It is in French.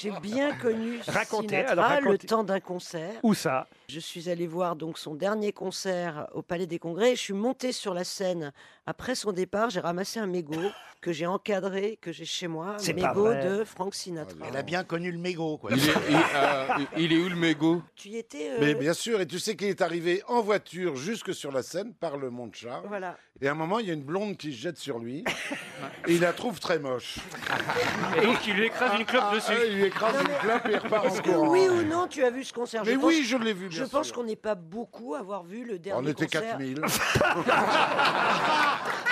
J'ai bien connu Racontez, Sinatra alors le racontez. temps d'un concert. Où ça Je suis allée voir donc son dernier concert au Palais des Congrès. Je suis montée sur la scène. Après son départ, j'ai ramassé un mégot que j'ai encadré, que j'ai chez moi, un C'est pas mégot vrai. de Frank Ah, Sinatra. Elle a bien connu le mégot, quoi. Il est, il- euh, il est où le mégot Tu y étais euh, Mais bien sûr, et tu sais qu'il est arrivé en voiture jusque sur la scène par le mont char Voilà. Et à un moment, il y a une blonde qui se jette sur lui. et il la trouve très moche. Et donc, il lui écrase une clope Ah, dessus. ah, il lui écrase une clope et il repart en Est-ce que courant. oui ou non, tu as vu ce concert Mais Je oui, pense- je l'ai vu, bien Je pense sûr. qu'on n'est pas beaucoup à avoir vu le dernier On était concert. 4000.